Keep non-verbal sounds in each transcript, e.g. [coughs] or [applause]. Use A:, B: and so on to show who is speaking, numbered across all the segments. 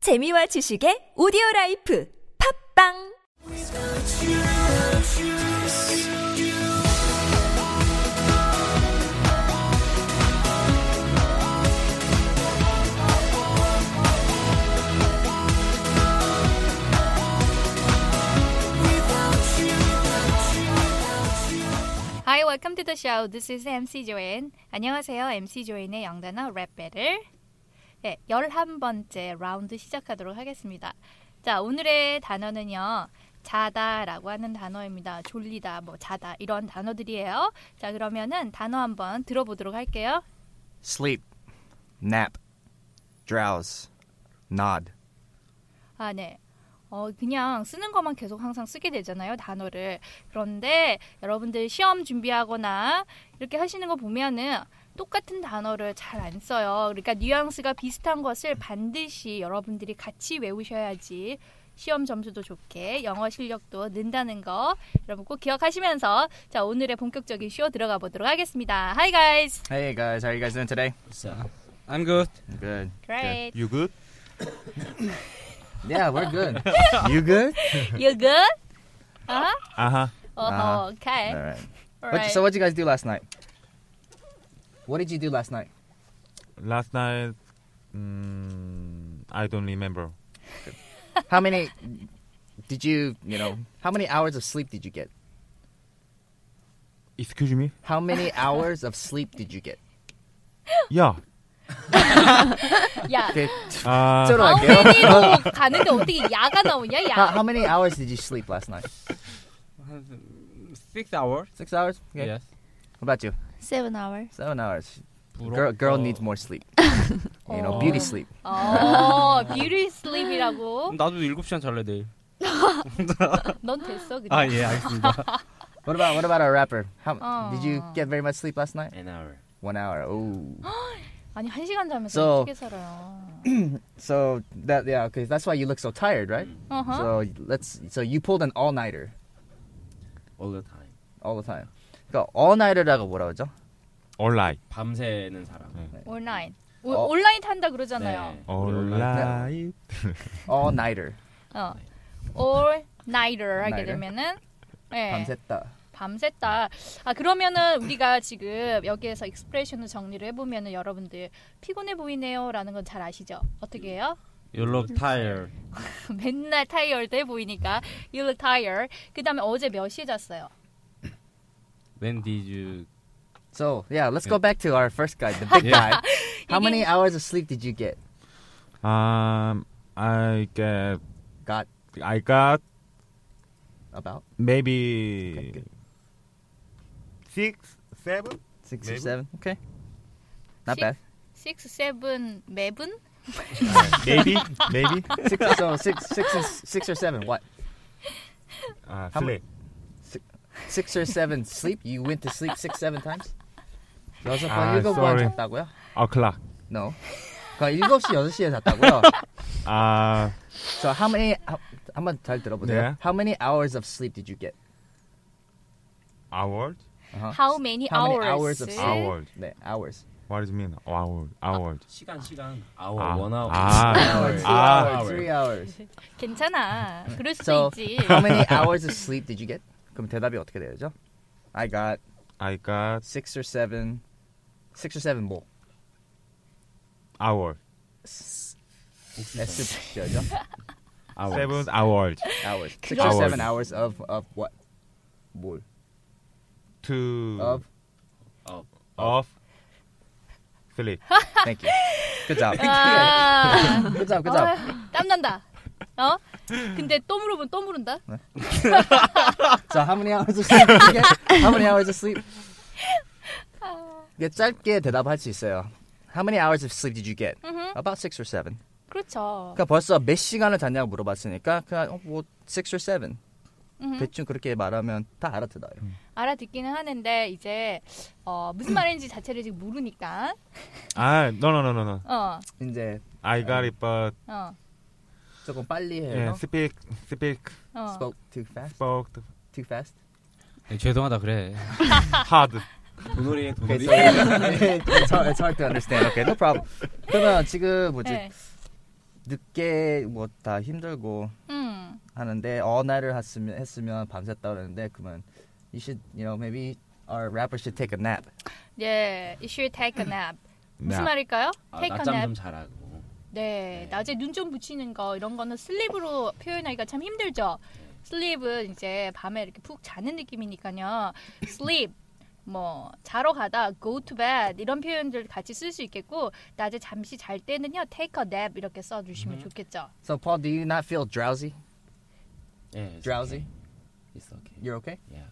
A: 재미와 지식의 오디오 라이프 팝빵
B: Hi, welcome to the show. This is MC 조엔. 안녕하세요. MC 조엔의 영단어 랩 배틀. 예, 11번째 라운드 시작하도록 하겠습니다. 자, 오늘의 단어는요. 자다라고 하는 단어입니다. 졸리다, 뭐 자다 이런 단어들이에요. 자, 그러면은 단어 한번 들어보도록 할게요.
C: sleep, nap, drowse, nod.
B: 아, 네. 어, 그냥 쓰는 것만 계속 항상 쓰게 되잖아요, 단어를. 그런데 여러분들 시험 준비하거나 이렇게 하시는 거 보면은 똑같은 단어를 잘 안 써요. 그러니까 뉘앙스가 비슷한 것을 반드시 여러분들이 같이 외우셔야지 시험 점수도 좋게 영어 실력도 는다는 거 여러분 꼭 기억하시면서 자, 오늘의 본격적인 쇼 들어가 보도록 하겠습니다. Hi guys.
C: Hey guys, how are you guys doing today?
D: I'm good.
C: Good.
B: Great.
D: You good?
C: Yeah, we're [laughs] good. you good?
B: You good? Uh-huh.
D: Uh huh.
B: 어허, okay.
C: All right. What,
B: Alright.
C: so what did you guys do last night? What did you do last night?
D: Last night, mm, I don't remember.
C: How many did you, you know, how many hours of sleep did you get?
D: Excuse me?
C: How many hours of sleep did you get?
D: [laughs] Yeah.
B: 야,
C: Okay.
D: Uh,
C: 서로
B: 아우
C: 할게요.
B: 매니로 가는데 어떻게 야가 나오냐
C: How, how
B: 야.
C: many hours did you sleep last night?
E: Six hours.
C: Six hours? Okay.
E: Yes.
C: How about you?
F: Seven hours.
C: Seven hours. Girl,
E: Oh.
C: girl needs
E: 어?
C: more sleep. You
B: Oh.
C: know, beauty sleep.
B: 어, 뷰티 슬립이라고.
E: 나도 7시간 잘래 내일.
B: 넌 됐어 그냥.
E: 아, 예, 알겠습니다.
C: What about what about our rapper? How did you
B: Oh.
C: get very much sleep last night?
E: An hour.
C: One hour. Oh.
B: 아니 한 시간 자면서
C: So-
B: 어떻게 살아요?
C: So that yeah, okay. That's why you look so tired, right?
B: 어허.
C: So let's so you pulled an all nighter
E: [laughs] All the time.
C: all the time. 그러니까 all nighter라고 뭐라 그러죠?
D: all right.
E: 밤새는 사람. 네.
B: 온라인. 오,
C: 어.
B: 온라인 탄다 그러잖아요.
D: All right.
C: All nighter.
B: 어. all nighter 하게
C: 네. Nighter?
B: 되면은 예.
C: 밤샜다.
B: 밤샜다. 아 그러면은 우리가 지금 여기에서 익스프레션을 정리를 해보면은 여러분들 피곤해 보이네요라는 건 잘 아시죠? 어떻게 해요? [laughs]
E: You look tired.
B: 맨날 타이어드해 보이니까 you look tired. 그다음에 어제 몇 시에 잤어요?
E: When did you
C: So yeah, let's go back to our first guy, the big guy. How
B: 이게-
C: many hours of sleep did you get?
D: Um, I get,
C: Got
D: I got
C: about
D: maybe six,
C: [laughs]
D: seven.
C: six or
D: Maybe.
C: seven. Okay. Not
B: Six?
C: bad.
B: 6, 7, 매분?
D: maybe, maybe.
C: [laughs] Six so six six is, six or seven. What?
D: Uh,
C: How many?
D: sleep.
C: Six or seven sleep? You went to sleep six seven [laughs] times? 여섯
D: 아,
C: 번 일곱 번
D: sorry.
C: 잤다고요?
D: O'clock.
C: No. 그러니까 7시 6시에 잤다고요?
D: Uh,
C: So how many how- 한번 잘 들어보세요.
D: 네.
C: How many hours of sleep did you get?
D: hours?
C: Uh-huh.
B: How many
C: How many
B: hours?
C: hours of sleep?
D: Hours.
C: 네, hours.
D: What does it mean? Hours. Hours.
E: 시간 시간 hour
D: 아.
E: one hour
D: 아.
E: one
C: Two
D: 아.
C: hours, three hours. [laughs]
B: 괜찮아. 그럴 수도
C: So
B: 있지.
C: how many hours of sleep did you get? 그럼 대답이 어떻게 되죠? I got
D: I got
C: six or seven, six or seven more.
D: hours.
C: S 되죠?
E: hours.
D: Seven hours.
C: Hours. Six or
D: 그럼-
C: seven hours of of what? 뭘?
D: Two. [laughs]
C: Of.
E: Of.
D: of sleep.
C: Thank you. Good job.
B: Uh, 아,
C: [laughs] Good job. Good job.
B: [laughs] 땀난다. 어? 근데 또 물어보면 또 물은다?
C: So how many hours of sleep? did you get? How many hours of sleep? 이게 짧게 대답할 수 있어요. How many hours of sleep did you get? About six or seven.
B: 그렇죠.
C: 그러니까 벌써 몇 시간을 잤냐고 물어봤으니까 그냥 어, 뭐 six or seven.
B: 음.
C: 대충 그렇게 말하면 다 알아듣어요.
B: 알아듣기는 하는데 이제 어, 무슨 말인지 자체를 지금 모르니까.
D: 아, no no no no no.
B: 어,
C: 이제
D: I got it, but
B: 어,
C: 조금 빨리
D: yeah,
C: 해요.
D: speak speak
B: 어.
C: Spoke too fast.
D: spoke
C: Too fast.
E: 네, 죄송하다 그래.
D: hard.
E: 도놀이에
C: Okay,
E: 도놀이.
C: so it's hard, it's hard to understand. Okay, no problem. 그러면 지금 뭐지?
B: 네.
C: 늦게 뭐 다 힘들고
B: 음.
C: 하는데 all nighter 했으면 했으면 밤샜다 그러는데 그러면 you should you know maybe our rapper should take a nap.
B: 예, you should take a nap. 무슨
D: 네.
B: 말일까요?
E: 아,
B: take a
E: 낮잠
B: nap.
E: 좀 자라고.
B: 네,
E: 네.
B: 낮에 눈 좀 붙이는 거 이런 거는 슬립으로 표현하기가 참 힘들죠. 슬립은 이제 밤에 이렇게 푹 자는 느낌이니까요. sleep 뭐 자러 가다 go to bed 이런 표현들 같이 쓸 수 있겠고 낮에 잠시 잘 때는요 take a nap 이렇게 써
F: 음.
B: 주시면 좋겠죠.
C: So Paul, do you not feel drowsy?
E: 예.
C: Drowsy?
E: It's okay.
C: You're okay?
E: Yeah.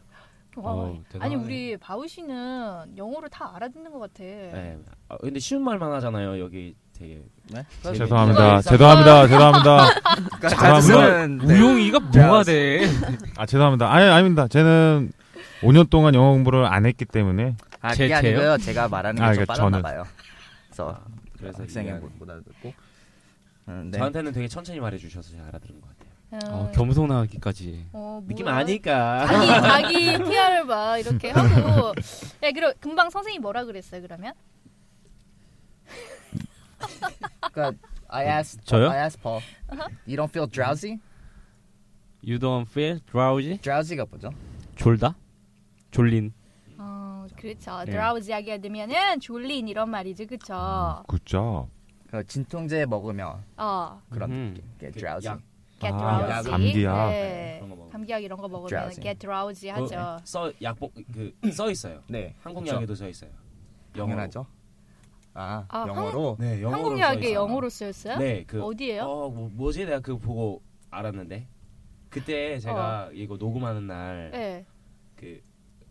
B: 와,
E: 어우,
B: 아니
E: 대단하네.
B: 우리 바우 씨는 영어로 다 알아듣는 것 같아.
F: 네.
E: 예. 아, 근데 쉬운 말만 하잖아요. 여기 되게
C: 네?
D: 죄송합니다. 죄송합니다. 죄송합니다.
C: 잘
D: 죄송합니다.
C: 쓰는 그러니까 네.
E: 우용이가 뭐가 돼?
D: 아 죄송합니다. 아니 아닙니다. 쟤는 5년 동안 영어 공부를 안 했기 때문에
C: 아,
E: 제-
C: 그게
E: 제요?
C: 아니고요. 제가 말하는
D: 아,
C: 게 좀
D: 그러니까
C: 빨랐나
D: 저는-
C: 봐요. 그래서
E: 아, 그래서
C: 학생이
E: 이해하네.
C: 못 알아듣고. 음, 네.
E: 저한테는 되게 천천히 말해주셔서 잘 알아들은 것 같아요.
B: 음,
F: 어, 겸손하기까지.
B: 어,
E: 느낌
B: 뭐야?
E: 아니까.
B: 자기 자기 [laughs] PR을 막 이렇게
F: [laughs]
B: 하고. 예, 그리고 금방 선생님 뭐라 그랬어요 그러면?
C: 그러니까 I
D: 음,
C: asked
F: 저요?
C: I asked Paul. You don't feel drowsy?
F: You don't feel drowsy?
C: drowsy가 뭐죠?
F: 졸다? 졸린.
B: 어, 그렇죠.
F: 네.
B: 드라우지하게 되면은 졸린 이런 말이지,
E: 음.
B: 그렇죠.
D: 굿잡.
C: 그 진통제 먹으면
B: 어,
C: 그런
F: 음.
C: 느낌. Get drowsy.
E: 약.
B: get
D: 아,
B: drowsy.
D: 감기약.
B: 네.
E: 그 그런 거그 먹으면.
B: 감기약 이런 거 먹으면
C: drowsy.
B: get drowsy 하죠.
E: 어, 써 약복 그써 있어요.
C: 네.
E: 한국
C: 그쵸.
E: 약에도 써 있어요. 영어로.
C: 당연하죠. 아,
B: 아,
C: 영어로
E: 네, 영어로
B: 한국
E: 써
B: 약에
E: 있어요.
B: 영어로 쓰였어요?
E: 네, 그
B: 어디예요?
E: 어, 뭐, 뭐지? 내가 그거 보고 알았는데. 그때 제가 이거 녹음하는 날 그
B: 어. 네.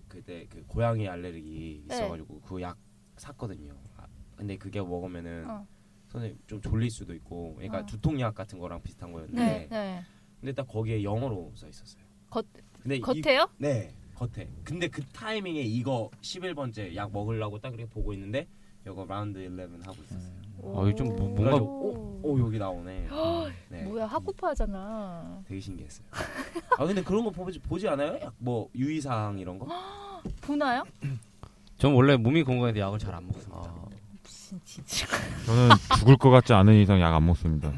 E: 그때 그 고양이 알레르기
B: 네.
E: 있어 가지고 그 약 샀거든요. 아, 근데 그게 먹으면은
B: 어.
E: 선생님 좀 졸릴 수도 있고 그러니까
B: 어.
E: 두통약 같은 거랑 비슷한 거였는데
B: 네. 네.
E: 근데 딱 거기에 영어로 써 있었어요.
B: 겉-
E: 근데 이-
B: 겉에요?
E: 네 겉에 근데 그 타이밍에 이거 11번째 약 먹으려고 딱 이렇게 보고 있는데 이거 라운드 11 하고 있었어요
F: 어, 이거 좀 뭐-
B: 오.
F: 뭔가-
E: 음. 오, 오 여기 나오네 네.
B: 뭐야, 학구파잖아.
E: 되게 신기했어요 아 근데 그런 거 보지, 보지 않아요? 약뭐 유의사항 이런 거?
B: 보나요?
F: 전 원래 몸이 건강해서 약을 잘 안 먹습니다.
E: 아,
B: 무슨 진짜. [laughs]
D: 저는 죽을 것 같지 않은 이상 약 안 먹습니다.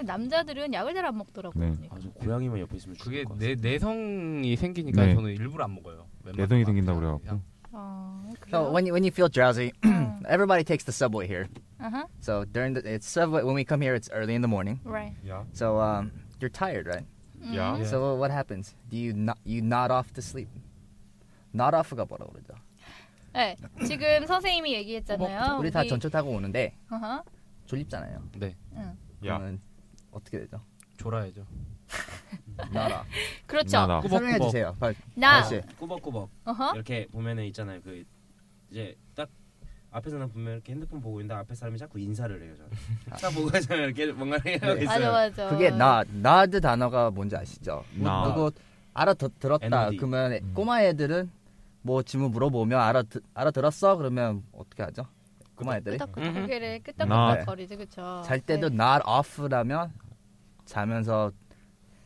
B: 남자들은 약을 잘 안 먹더라고요.
D: 네.
B: 그러니까.
E: 아저 고양이만 옆에 있으면
F: 그게
E: 죽을 것
F: 내
E: 같아요
F: 내성이 생기니까
D: 네.
F: 저는 일부러 안 먹어요. 웬만한
D: 내성이
F: 거.
D: 생긴다고 그래갖고.
B: 어,
C: So
B: 그래요?
C: when you when you feel drowsy, [clears throat]
B: 어.
C: everybody takes the subway here.
B: 아하.
C: So during the it's subway when we come here, it's early in the morning.
B: Right. 음.
D: 야.
C: So um, you're tired, right?
D: 야.
C: So what- what happens? Do you not you nod off to sleep? Nod off가 뭐라고 그러죠?
B: 네, 지금 선생님이
E: 뭐,
B: 얘기했잖아요.
C: 우리 다 전철 타고 오는데
B: 아하.
C: 졸립잖아요.
F: 네,
C: 그러면 어떻게 되죠?
F: 졸아야죠.
C: Nod
E: [laughs]
C: off.
B: 그렇죠.
D: 나, 나.
C: 설명해 주세요. 발-
F: 아!
E: 아,
B: 나.
C: 다시.
E: 꾸벅꾸벅
B: 어허.
E: 이렇게 보면은 있잖아요 그 이제 딱 앞에서는 보면 이렇게 핸드폰 보고 있는데 앞에 사람이 자꾸 인사를 해요 [laughs] 저는 딱 보고 있으면 이렇게 뭔가 하고 있어요
B: 맞아 맞아.
C: 그게 nod. nod 단어가 뭔지 아시죠? 뭐
D: nod.
C: 그거 알아 들었다.
E: NOD.
C: 그러면
B: 음.
C: 꼬마 애들은 뭐 질문 물어보면 알아 알아 들었어? 그러면 어떻게 하죠? 꼬마 애들이
B: 끄덕끄덕 네. 고개를
C: 나.
B: 끄덕끄덕 거리지 그쵸.
C: 잘 때도 not off라면 자면서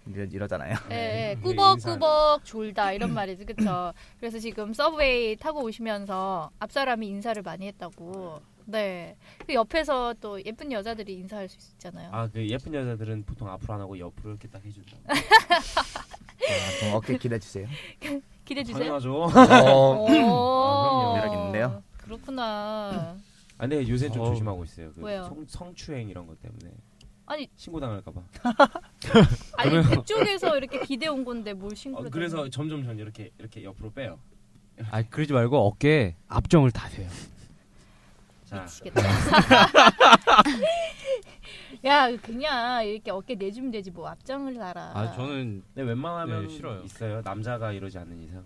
C: 이러, 이러잖아요.
B: 예, 예,
E: 음.
B: 예. 꾸벅꾸벅 졸다 이런 말이지 그쵸. 그래서 지금 서브웨이 타고 오시면서 앞 사람이 인사를 많이 했다고. 네. 그 옆에서 또 예쁜 여자들이 인사할 수 있잖아요.
E: 아 그 예쁜 여자들은 보통 앞으로 안 하고 옆으로 이렇게 딱 해준다
B: 네.
C: 아, [laughs] 그럼 어깨 기대 주세요.
B: 기대 주세요.
E: [laughs] 당연하죠
C: 어,
B: 오.
C: 매력 있는데요?
B: 그렇구나.
E: 아, 근데 요새 좀
F: 어.
E: 조심하고 있어요. 그
B: 왜요?
E: 성, 성추행 이런 것 때문에.
B: 아니.
E: 신고 당할까봐.
B: 아니 그쪽에서 이렇게 기대 온 건데 뭘
E: 어,
B: 신고를?
E: 그래서 점점 전 이렇게 이렇게 옆으로 빼요.
F: 아 그러지 말고 어깨 앞정을 다세요.
E: 자,
B: 네,
C: [laughs]
B: 미치겠다. 야 그냥 이렇게 어깨 내주면 되지 뭐 앞장을 달아.
F: 아 저는
E: 근데 웬만하면
F: 네, 싫어요.
E: 있어요. 남자가 이러지 않는 이상.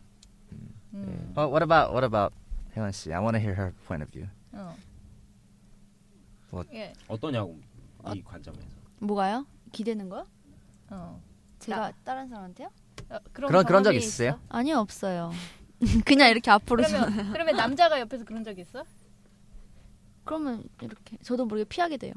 B: 음,
C: 어, what about what about 혜원 씨? I want to hear her point of view.
B: 어.
C: 뭐-
B: 예.
E: 어떠냐고
B: 아.
E: 이 관점에서.
G: 뭐가요? 기대는 거요?
B: 어.
G: 제가 다른 사람한테요?
B: 어,
C: 그런 그런 적
B: 경험이
C: 있으세요?
B: 있어?
G: 아니요 없어요. 그냥 이렇게 앞으로 그러면,
B: 그러면 그러면 남자가 옆에서 그런 적 있어?
G: 그러면 이렇게 저도 모르게 피하게 돼요.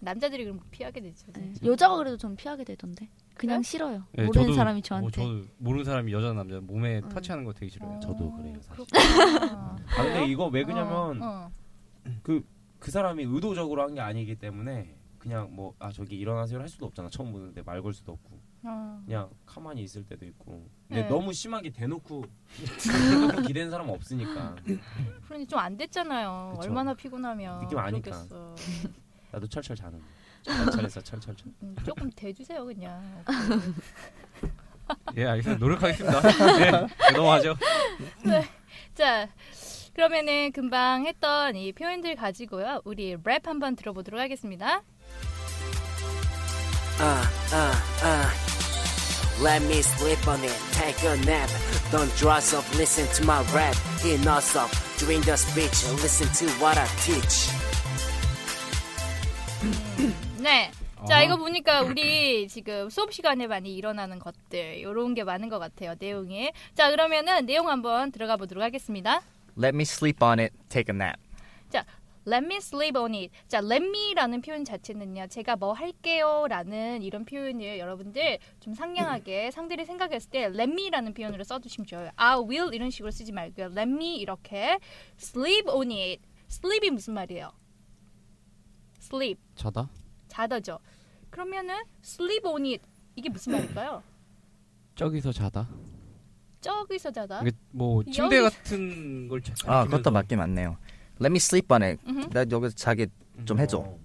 B: 남자들이 그럼 피하게 되죠.
G: 네. 여자가 그래도 전 피하게 되던데. 그냥
B: 그래?
G: 싫어요.
F: 예,
G: 모르는
F: 저도-
G: 사람이 저한테.
F: 어, 저도 모르는 사람이 여자 남자 몸에 터치하는 거 되게 싫어요.
B: 음. 어.
E: 저도 그래요, 사실.
B: 그렇구나.
E: 아, 근데 이거 [laughs] 왜 그냐면
B: 어, 어.
E: 그 사람이 의도적으로 한 게 아니기 때문에 그냥 뭐 아 저기 일어나세요 할 수도 없잖아 처음 보는데 말 걸 수도 없고
B: 어.
E: 그냥 가만히 있을 때도 있고 근데
B: 네.
E: 너무 심하게 대놓고 [laughs] 대놓고 기댄 사람 없으니까
B: 그러니 좀 안 됐잖아요.
E: 그쵸.
B: 얼마나 피곤하면
E: 느낌 아니까.
B: 그렇겠어.
E: 나도 철철 자는 철철해서 철철철
B: 음, 조금 대주세요 그냥.
F: 예, 알겠습니다. [laughs] 노력하겠습니다. 네, 넘어가죠.
B: 자, 그러면은 금방 했던 이 표현들 가지고요. 우리 랩 한번 들어보도록 하겠습니다.
H: Uh, uh, uh. Let me sleep on it, take a nap. Don't dress up, listen to my rap. Enough of during the speech, listen to what I teach.
B: 네. 자,
F: 아.
B: 이거 보니까 우리 지금 수업 시간에 많이 일어나는 것들, 요런 게 많은 것 같아요, 내용이. 자, 그러면은 내용 한번 들어가 보도록 하겠습니다.
C: Let me sleep on it. Take a nap.
B: 자, let me sleep on it. 자, let me라는 표현 자체는요, 제가 뭐 할게요라는 이런 표현을 여러분들 좀
C: 음.
B: 상냥하게 상대를 생각했을 때 let me라는 표현으로 써주시면 좋아요. I will 이런 식으로 쓰지 말고요. let me 이렇게 sleep on it. sleep이 무슨 말이에요? sleep
F: 자다.
B: 자다죠. 그러면은 sleep on it 이게 무슨 말일까요?
F: 저기서 자다.
B: 저기서 자다.
F: 이게 뭐 침대
B: 여기-
F: 같은 걸 자-
C: 아,
F: 느끼면서
C: 그것도 맞긴 맞네요. Let me sleep on it.
B: 음흠.
C: 나 여기서 자기
E: 음.
C: 좀 해줘.
E: 어,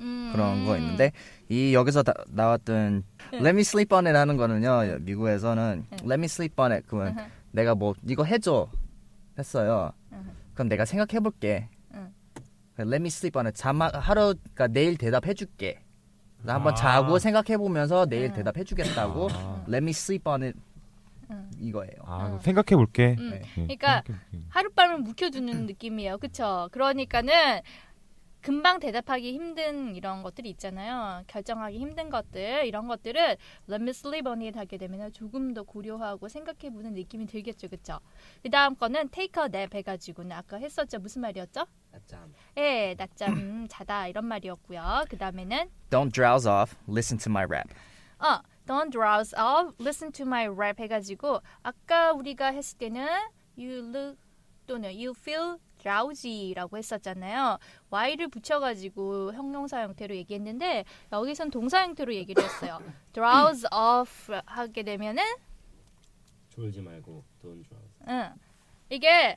B: 음.
C: 그런 거 있는데 이 여기서 다- 나왔던 Let me sleep on it 하는 거는요 미국에서는
B: 네. 음.
C: Let me sleep on it 그러면
B: 으흠.
C: 내가 뭐 이거 해줘 했어요
B: 으흠.
C: 그럼 내가 생각해볼게
B: 응.
C: 그래서 Let me sleep on it 자막 하루 그러니까 내일 대답해줄게 나 한번
F: 아.
C: 자고 생각해보면서 내일
B: 응.
C: 대답해주겠다고
F: 아.
C: Let me sleep on it
B: 응.
C: 이거예요
D: 아,
B: 어.
D: 생각해 볼게.
B: 음.
C: 네.
B: 그러니까 하룻밤을 묵혀두는 느낌이에요. 그쵸? 그러니까는 금방 대답하기 힘든 이런 것들이 있잖아요. 결정하기 힘든 것들, 이런 것들은 Let me sleep on it 하게 되면 조금 더 고려하고 생각해보는 느낌이 들겠죠. 그쵸? 그 다음 거는 take a nap 해가지고는 아까 했었죠. 무슨 말이었죠?
E: 낮잠
B: 예, 낮잠 자다 이런 말이었고요. 그 다음에는
C: Don't drowse off listen to my rap
B: 어, don't drowse off, listen to my rap 해가지고 아까 우리가 했을 때는 you look 또는 you feel drowsy라고 했었잖아요. y를 붙여가지고 형용사 형태로 얘기했는데 여기선 동사 형태로 얘기를 했어요. drowse off 하게 되면은
E: 졸지 말고 돈 줘.
B: 응. 이게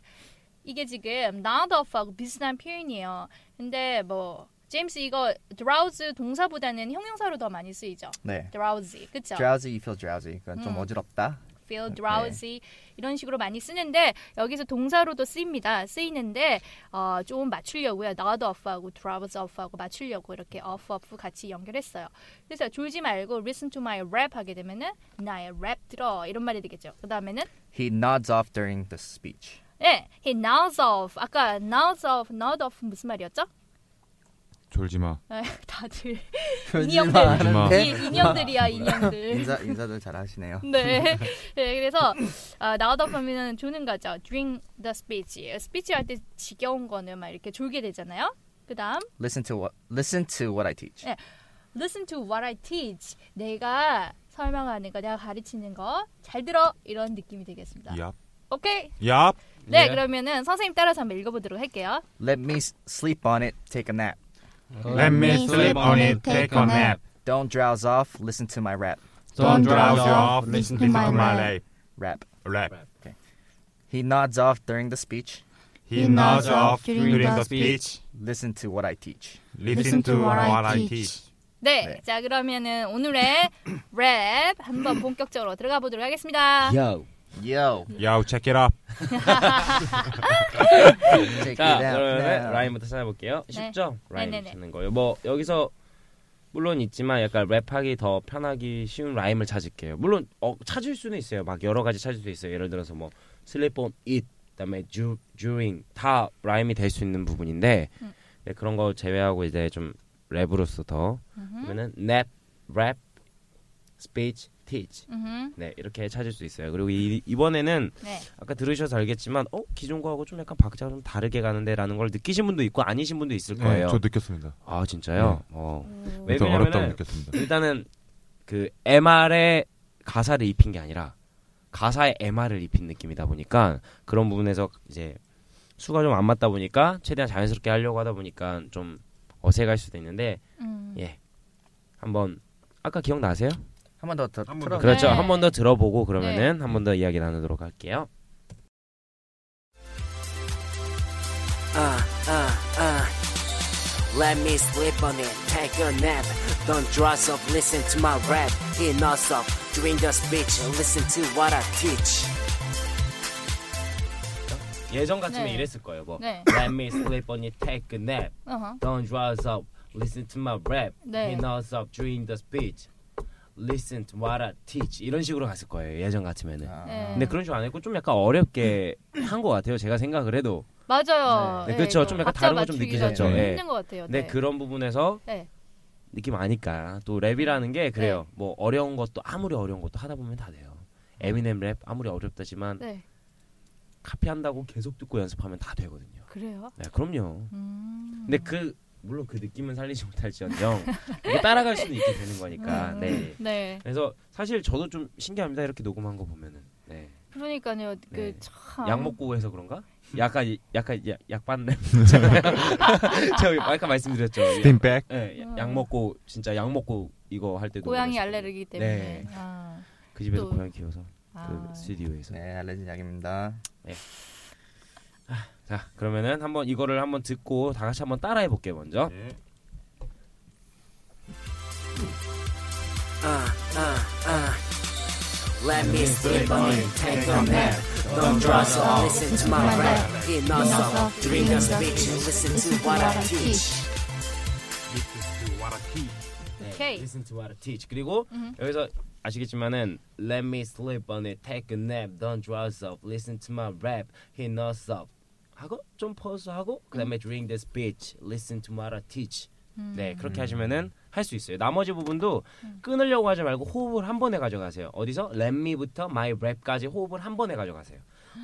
B: 이게 지금 not off하고 비슷한 표현이에요. 근데 뭐 제임스 이거 drowse 동사보다는 형용사로 더 많이 쓰이죠.
C: 네
B: drowsy 그쵸?
C: drowsy you feel drowsy 그러니까 좀
B: 음.
C: 어지럽다
B: feel drowsy 이런 식으로 많이 쓰는데 여기서 동사로도 쓰입니다. 쓰이는데 어, 좀 맞추려고요. not off하고 drowse off하고 맞추려고 이렇게 off off 같이 연결했어요. 그래서 졸지 말고 listen to my rap 하게 되면은 나의 랩 들어 이런 말이 되겠죠. 그 다음에는
C: He nods off during the speech
B: 예, he nods off. 아까 nods off, nod off 무슨 말이었죠?
D: 졸지 마.
B: 에, [laughs] 다들
C: 졸지 마
B: 인형들,
D: 하는데.
B: 이, 인형들이야 인형들.
C: 인사 인사들 잘 하시네요.
E: [laughs]
B: 네. 네, 그래서 아, 나오다 보면은 조는 거죠. During the speech. 스피치 할 때 지겨운 거는 막 이렇게 졸게 되잖아요. 그다음
C: Listen to what listen to what I teach.
B: 네. listen to what I teach. 내가 설명하는 거, 내가 가르치는 거 잘 들어 이런 느낌이 되겠습니다.
D: 얍.
B: 오케이.
D: 얍.
B: 네,
F: 예.
B: 그러면은 선생님 따라서 한번 읽어보도록 할게요.
C: Let me s- sleep on it. Take a nap.
F: Let me sleep on it, take a nap.
C: Don't drowse off. Listen to my rap.
F: Don't drowse
D: off. Listen to my
C: Rap.
D: rap. Rap.
C: He nods off during the speech.
D: He nods off during the speech.
C: Listen to what I teach.
D: Listen to what I teach.
B: 네,
C: 네.
B: 자 그러면은
E: [coughs]
B: 오늘의 랩 한번 본격적으로 들어가 보도록 하겠습니다.
E: Yo.
C: Yo,
D: Yo, check it up.
C: take
E: 자
C: it out.
E: 그러면
C: now.
E: 라임부터 찾아볼게요.
B: 네.
E: 쉽죠? 라임
B: 네네네.
E: 찾는 거요. 뭐 여기서 물론 있지만 약간 랩하기 더 편하기 쉬운 라임을 찾을게요. 물론 어, 찾을 수는 있어요. 막 여러 가지 찾을 수 있어요. 예를 들어서 뭐 슬립 온 it 그다음에 주 during 다 라임이 될 수 있는 부분인데
B: 음.
E: 네, 그런 거 제외하고 이제 좀 랩으로서 더
B: 음흠,
E: 그러면은 nap, rap, speech, teach
B: 음흠,
E: 네 이렇게 찾을 수 있어요. 그리고 이, 이번에는
B: 네.
E: 아까 들으셔서 알겠지만 어 기존 거하고 좀 약간 박자가 좀 다르게 가는데라는 걸 느끼신 분도 있고 아니신 분도 있을 거예요.
D: 네, 저 느꼈습니다.
E: 아 진짜요? 어.
B: 음.
E: 왜
D: 좀 어렵다고
E: 그러냐면은
D: 느꼈습니다.
E: 일단은 그 MR에 가사를 입힌 게 아니라 가사에 MR을 입힌 느낌이다 보니까 그런 부분에서 이제 수가 좀 안 맞다 보니까 최대한 자연스럽게 하려고 하다 보니까 좀 어색할 수도 있는데
B: 음.
E: 예 한번 아까 기억나세요?
C: 한 번 더 틀어.
D: 한번 더.
E: 그렇죠.
B: 네.
E: 한 번 더 들어보고 그러면은 한 번 더 이야기 나누도록 할게요.
H: uh, uh, uh. Let me sleep on it, take a nap. Don't dress up, listen to my rap. Enough of during the speech, listen to what I teach.
E: 예전 같으면
B: 네.
E: 이랬을 거예요. 뭐
B: 네.
E: Let me sleep on it, take a nap.
B: 어허.
E: Don't dress up, listen to my rap.
B: 네.
E: Enough of during the speech, listen to what I teach. 이런 식으로 갔을 거예요. 예전 같으면은.
B: 네.
E: 근데 그런 식으로 안 했고 좀 약간 어렵게 한 것 같아요. 제가 생각을 해도.
B: 맞아요.
E: 네, 그렇죠. 좀 약간
B: 박자
E: 다른 거좀
B: 맞추기가
E: 느끼셨죠?
B: 좀
E: 네.
B: 힘든 것 같아요.
E: 근데
B: 네.
E: 그런 부분에서
B: 네.
E: 느낌 아니까 또 랩이라는 게 그래요. 뭐 어려운 것도 아무리 어려운 것도 하다 보면 다 돼요. 에미넴 랩 아무리 어렵다지만
B: 네.
E: 카피한다고 계속 듣고 연습하면 다 되거든요.
B: 그래요.
E: 네, 그럼요.
B: 음.
E: 근데 그 물론 그 느낌은 살리지 못할지언정 이게 따라갈 수는 있게 되는 거니까. 네.
B: 네.
E: 그래서 사실 저도 좀 신기합니다. 이렇게 녹음한 거 보면은. 네.
B: 그러니까요.
E: 네.
B: 그참
E: 약 먹고 해서 그런가? 약간 이- 약간 야- 약반 [laughs] 냄. 제가 아까 말씀드렸죠.
D: 스팀백.
E: 예, 야- 약 먹고 진짜 약 먹고 이거 할
B: 음.
E: 때도
B: 고양이
E: 그랬어요.
B: 알레르기 때문에.
E: 네.
B: 아.
E: 그 집에서
B: 또-
E: 고양이 키워서
B: 아.
E: 그 스튜디오에서.
C: 네, 알레르기 약입니다.
E: 자 그러면은 한번 이거를 한번 듣고 다 같이 한번 따라해 볼게요 먼저.
H: Uh, uh, uh. Let me sleep on it, take a nap. Don't dress up, listen to my rap. Enough of during the speech, listen to what I teach.
B: 오케이. 음.
E: 네, Listen to what I teach. 그리고 여기서 아시겠지만은 Let me sleep on it, take a nap, don't dress up, listen to my rap, he knows up. 하고 좀 퍼스하고 그다음에 during the speech, listen to what I teach.
B: 음.
E: 네 그렇게 하시면은 할 수 있어요. 나머지 부분도 끊으려고 하지 말고 호흡을 한 번에 가져가세요. 어디서 Let me부터 my rap까지 호흡을 한 번에 가져가세요.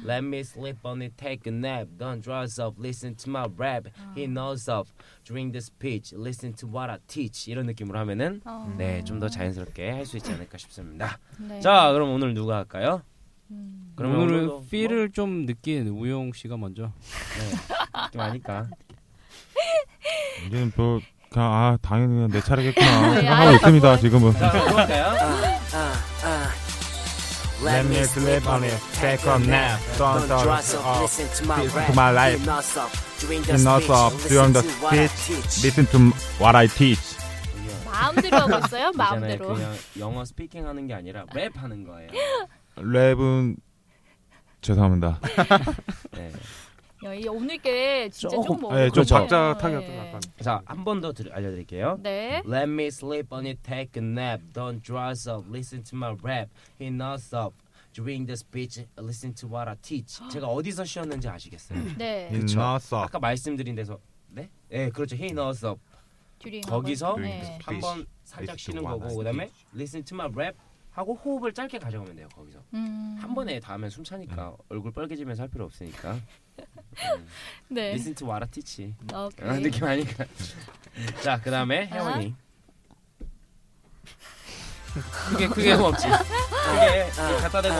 E: Let me sleep on it, take a nap, don't dress up, listen to my rap,
B: 아.
E: he knows up. During the speech, listen to what I teach. 이런 느낌으로 하면은
B: 어.
E: 네 좀 더 자연스럽게 할 수 있지 않을까 싶습니다.
B: 네.
E: 자 그럼 오늘 누가 할까요?
B: 음.
E: 그러면
F: 오늘은
E: 오늘도
F: 필을 좀 느낀 우용 씨가 먼저.
E: 뭐, 좀 아니까.
D: 이제는 또 그냥 아 당연히 그냥 내 차례겠구나
B: 네,
D: 생각하고 있습니다 지금은.
B: 아,
E: 자 그럼 누가 할까요?
H: Uh, uh. Let me sleep on it, take a nap. Don't dress up, listen to my
D: listen
H: rap.
D: to my life.
H: Enough of during the
D: Enough of
H: speech,
D: during
H: listen
D: the
H: to what I
D: speech.
H: teach.
D: Listen to what I teach.
B: 마음대로 하고
E: [laughs]
B: 있어요.
E: 이제는
B: 마음대로.
E: 그냥 영어 스피킹 하는 게 아니라 랩 하는 거예요.
D: 랩은 죄송합니다.
E: 네.
B: 야, 이 오늘께 진짜
E: 조금,
B: 좀 뭐.
D: 예, 좀
B: 그렇죠.
D: 박자 타기가 좀
B: 네.
D: 약간.
E: 자한 번 더 알려드릴게요.
B: 네.
E: Let me sleep on it, take a nap. Don't dress up, listen to my rap. He knows up. During the speech, listen to what I
B: [gasps]
E: teach. 제가 어디서 쉬었는지 아시겠어요?
B: 네.
E: 음.
D: In not up.
E: 아까 말씀드린 데서 네? 네, 그렇죠. He knows up.
B: 듀링
E: 거기서
B: 한번. 네.
E: 한 번 살짝 쉬는 거고 그다음에 listen to my rap 하고 호흡을 짧게 가져가면 돼요. 거기서
B: 음.
E: 한 번에 다 하면 숨 차니까 얼굴 빨개지면서 할 필요 없으니까
B: 네.
E: listen to what I teach.
B: 오케이.
E: 아, 느낌 아니까. 자, 그다음에
B: 아.
E: 혜원이 크게 아. 크게 흠 없지. 크게 갖다 대고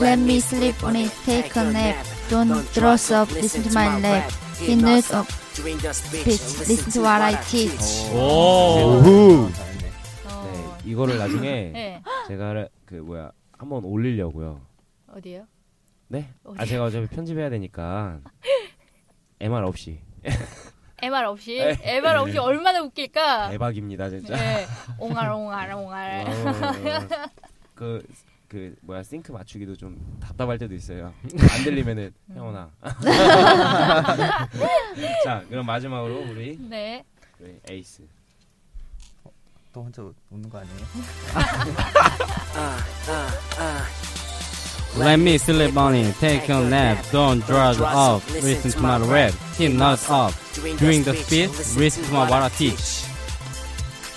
G: Let me sleep on it, take a nap. Don't dress up, listen to my lap. He knows up,
H: During the
G: speech, listen to what I teach.
D: 오우.
C: 잘했네.
B: 어.
E: 네, 이거를 나중에
B: 네.
E: 제가 그 뭐야 한번 올리려고요.
B: 어디요?
E: 네? 아
B: 어디?
E: 제가 어차피 편집해야 되니까 MR 없이
B: MR 없이
E: 네.
B: MR 없이 얼마나 웃길까?
E: 아. 대박입니다 진짜.
B: 네. 옹알 옹알 옹알.
E: 어. 그그 그 뭐야 싱크 맞추기도 좀 답답할 때도 있어요. 안 들리면은 형원아.
B: 음.
E: [laughs] 자 그럼 마지막으로 우리,
B: 네.
E: 우리 에이스.
C: 또 혼자 웃는 거 아니에요?
H: Uh,
F: Let me sleep on it, take a nap. Don't dress up, listen to my rap. Keep not up. During the speech, listen to my what I teach.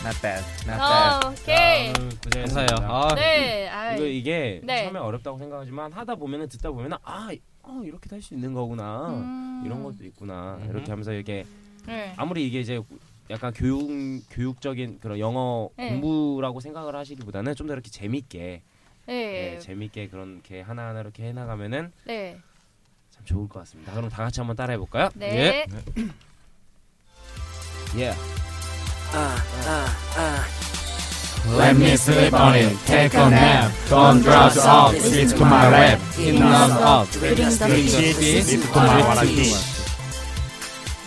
C: Not bad. Not bad.
B: 어, 오케이.
E: 고생했어요.
F: 감사해요. 아,
B: 네. 아이.
E: 네. 이거 이게
B: 네.
E: 처음에 어렵다고 생각하지만 하다 보면은 듣다 보면은 아 어, 이렇게 할 수 있는 거구나.
B: 음.
E: 이런 것도 있구나.
F: 음.
E: 이렇게 하면서 이렇게
B: 네.
E: 아무리 이게 이제 약간 교육 교육적인 그런 영어
B: 네.
E: 공부라고 생각을 하시기보다는 좀 더 이렇게 재밌게 네,
B: 네.
E: 재밌게 그렇게 하나하나 이렇게 해나가면은
B: 네.
E: 참 좋을 것 같습니다. 네, 예. 그럼 다 같이 한번 따라해 볼까요?
B: 네.
E: 예.
H: uh, uh, uh.
F: Let me sleep on it, take a nap. Don't drowse off, listen to my rap. It not up,
H: Drink the
F: drink the
H: speech,
F: speed,
H: listen
F: to
H: to my
F: my
H: wanna
F: team.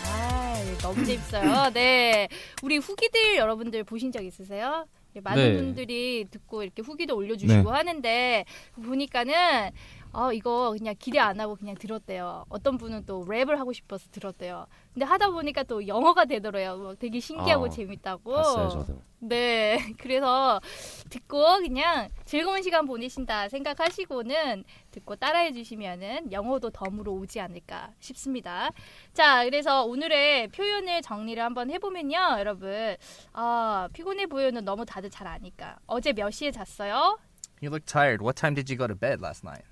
B: 아, 너무 재밌어요. 네. 우리 후기들 여러분들 보신 적 있으세요? 네, 많은
F: 네.
B: 분들이 듣고 이렇게 후기도 올려주시고
E: 네.
B: 하는데 보니까는 어, 이거 그냥 기대 안 하고 그냥 들었대요. 어떤 분은 또 랩을 하고 싶어서 들었대요. 근데 하다 보니까 또 영어가 되더래요. 막 되게 신기하고
E: 아,
B: 재밌다고.
E: 봤어요 저도.
B: 네, [laughs] 그래서 듣고 그냥 즐거운 시간 보내신다 생각하시고는 듣고 따라해 주시면은 영어도 덤으로 오지 않을까 싶습니다. 자, 그래서 오늘의 표현을 정리를 한번 해보면요, 여러분. 아, 피곤해 보여는 너무 다들 잘 아니까. 어제 몇 시에 잤어요?
C: You look tired. What time did you go to bed last night?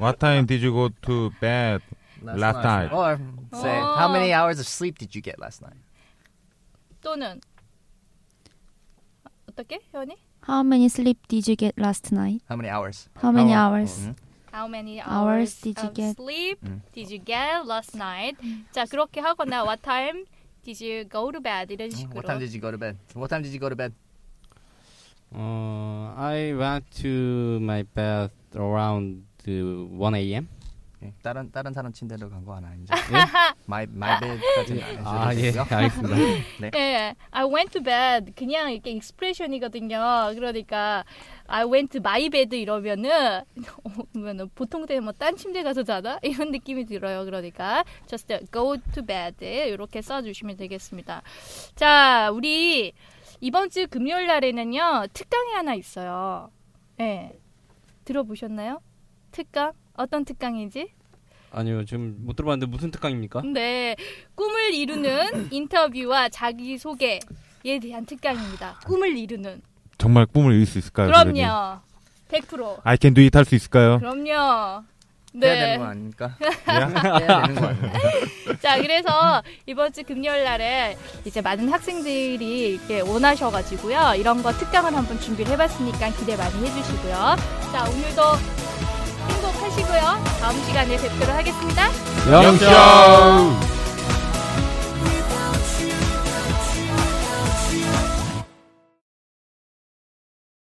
D: What time did you go to bed? Last night.
C: Or say,
B: Oh.
C: how many hours of sleep did you get last night?
B: 또는 어떻게 회원이?
G: How many sleep did you get last night?
C: How many hours?
G: How many
D: How-
G: hours?
B: How many hours
G: Hours did you
B: of
G: get? 음.
B: sleep
C: 음.
B: did you get last night? 자, 그렇게 하거나 what time did you go to bed 이런 식으로.
C: 음, What time did you go to bed? What time did you go to bed?
F: Uh, I went to my bed around uh, 1 a.m.
C: 예, 다른 다른 사람 침대로 간 거 하나 이제.
F: 예?
C: [laughs] My my bed 같은 거
F: 아, 예,
C: 해주시고요. 네.
F: 알겠습니다.
B: 예, I went to bed 그냥 이렇게 익스프레션이거든요. 그러니까 I went to my bed 이러면은 [laughs] 어, 그러면은 보통 때뭐딴 침대 가서 자다 [laughs] 이런 느낌이 들어요. 그러니까 just go to bed 이렇게 써주시면 되겠습니다. 자, 우리 이번 주 금요일 날에는요 특강이 하나 있어요. 예, 들어보셨나요? 특강 어떤 특강이지?
F: 아니요, 지금 못 들어봤는데 무슨 특강입니까?
B: 네, 꿈을
C: [clears throat]
B: 이루는 인터뷰와 자기 소개에 대한 특강입니다. 꿈을 이루는.
D: 정말 꿈을 이룰 수
C: 아,
D: 있을까요? 선생님?
C: 네.
B: 그럼요. 100%.
D: I can do it 할 수 있을까요?
B: 그럼요.
C: 해야 되는
B: 네.
C: 거 아닙니까?
D: 예?
C: 해야 되는 거 아닙니까?
B: 자, 그래서 이번 주 금요일 날에 이제 많은 학생들이 이렇게 원하셔가지고요. 이런 거 특강을 한번 준비를 해봤으니까 기대 많이 해주시고요. 자, 오늘도 행복하시고요. 다음 시간에 뵙도록 하겠습니다.
F: 영쇼!